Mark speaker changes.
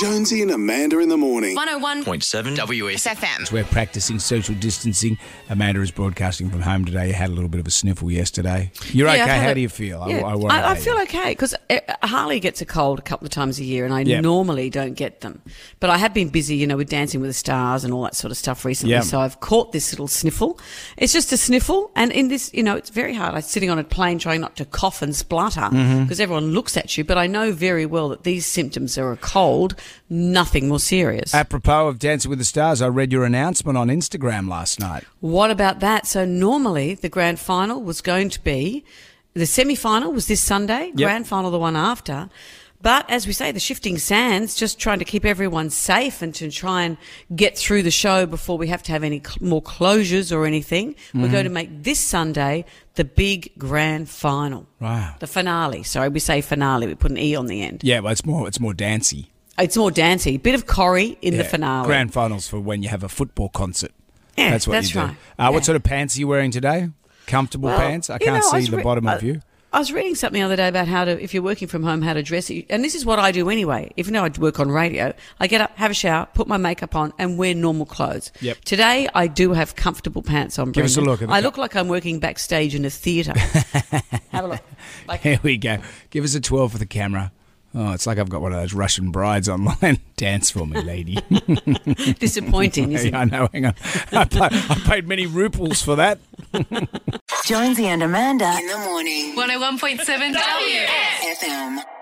Speaker 1: Jonesy and Amanda in the morning.
Speaker 2: 101
Speaker 3: 101.7 WS.
Speaker 2: SFM.
Speaker 4: We're practicing social distancing. Amanda is broadcasting from home today. You had a little bit of a sniffle yesterday. You're
Speaker 5: Yeah, I've
Speaker 4: okay.
Speaker 5: had
Speaker 4: How
Speaker 5: it.
Speaker 4: do you feel?
Speaker 5: Yeah.
Speaker 4: I, worry
Speaker 5: I, I
Speaker 4: about
Speaker 5: feel
Speaker 4: you.
Speaker 5: okay because Harley gets a cold a couple of times a year, and I
Speaker 4: Yep.
Speaker 5: normally don't get them. But I have been busy, you know, with Dancing with the Stars and all that sort of stuff recently.
Speaker 4: Yep.
Speaker 5: So I've caught this little sniffle. It's just a sniffle, and in this, you know, it's very hard. I'm sitting on a plane trying not to cough and splutter because
Speaker 4: Mm-hmm.
Speaker 5: everyone looks at you. But I know very well that these symptoms are a cold, nothing more serious.
Speaker 4: Apropos of Dancing with the Stars, I read your announcement on Instagram last night.
Speaker 5: What about that? So normally the grand final was going to be the semi final was this Sunday, grand final the one after. But as we say, the shifting sands, just trying to keep everyone safe and to try and get through the show before we have to have any cl- more closures or anything. We're
Speaker 4: Mm-hmm.
Speaker 5: going to make this Sunday the big grand final.
Speaker 4: Wow.
Speaker 5: The finale. Sorry, we say finale. We put an E on the end.
Speaker 4: Yeah, well, it's more it's more dancey.
Speaker 5: It's more dancey. Bit of Corrie in the
Speaker 4: Yeah.
Speaker 5: finale.
Speaker 4: Grand finals for when you have a football concert.
Speaker 5: Yeah,
Speaker 4: that's what
Speaker 5: that's
Speaker 4: you do.
Speaker 5: right.
Speaker 4: Uh, What
Speaker 5: Yeah.
Speaker 4: sort of pants are you wearing today? Comfortable
Speaker 5: Well,
Speaker 4: pants? I
Speaker 5: you
Speaker 4: can't
Speaker 5: know,
Speaker 4: see
Speaker 5: was
Speaker 4: the
Speaker 5: re- uh,
Speaker 4: bottom
Speaker 5: I,
Speaker 4: of you.
Speaker 5: I was reading something the other day about how to, if you're working from home, how to dress. it. And this is what I do anyway. Even though I work on radio, I get up, have a shower, put my makeup on, and wear normal clothes.
Speaker 4: Yep.
Speaker 5: Today, I do have comfortable pants on.
Speaker 4: Give us a
Speaker 5: Brendan.
Speaker 4: look at the
Speaker 5: I
Speaker 4: co-
Speaker 5: look like I'm working backstage in a theatre. have a look. Like,
Speaker 4: Here we go. Give us a 12 for the camera. Oh, it's like I've got one of those Russian brides online. Dance for me, lady.
Speaker 5: disappointing, isn't it?
Speaker 4: Yeah, I know. Hang on. I, pay, I paid many ruples for that.
Speaker 6: Jonesy and Amanda.
Speaker 7: In the morning.
Speaker 2: 101.7 W.
Speaker 7: FM.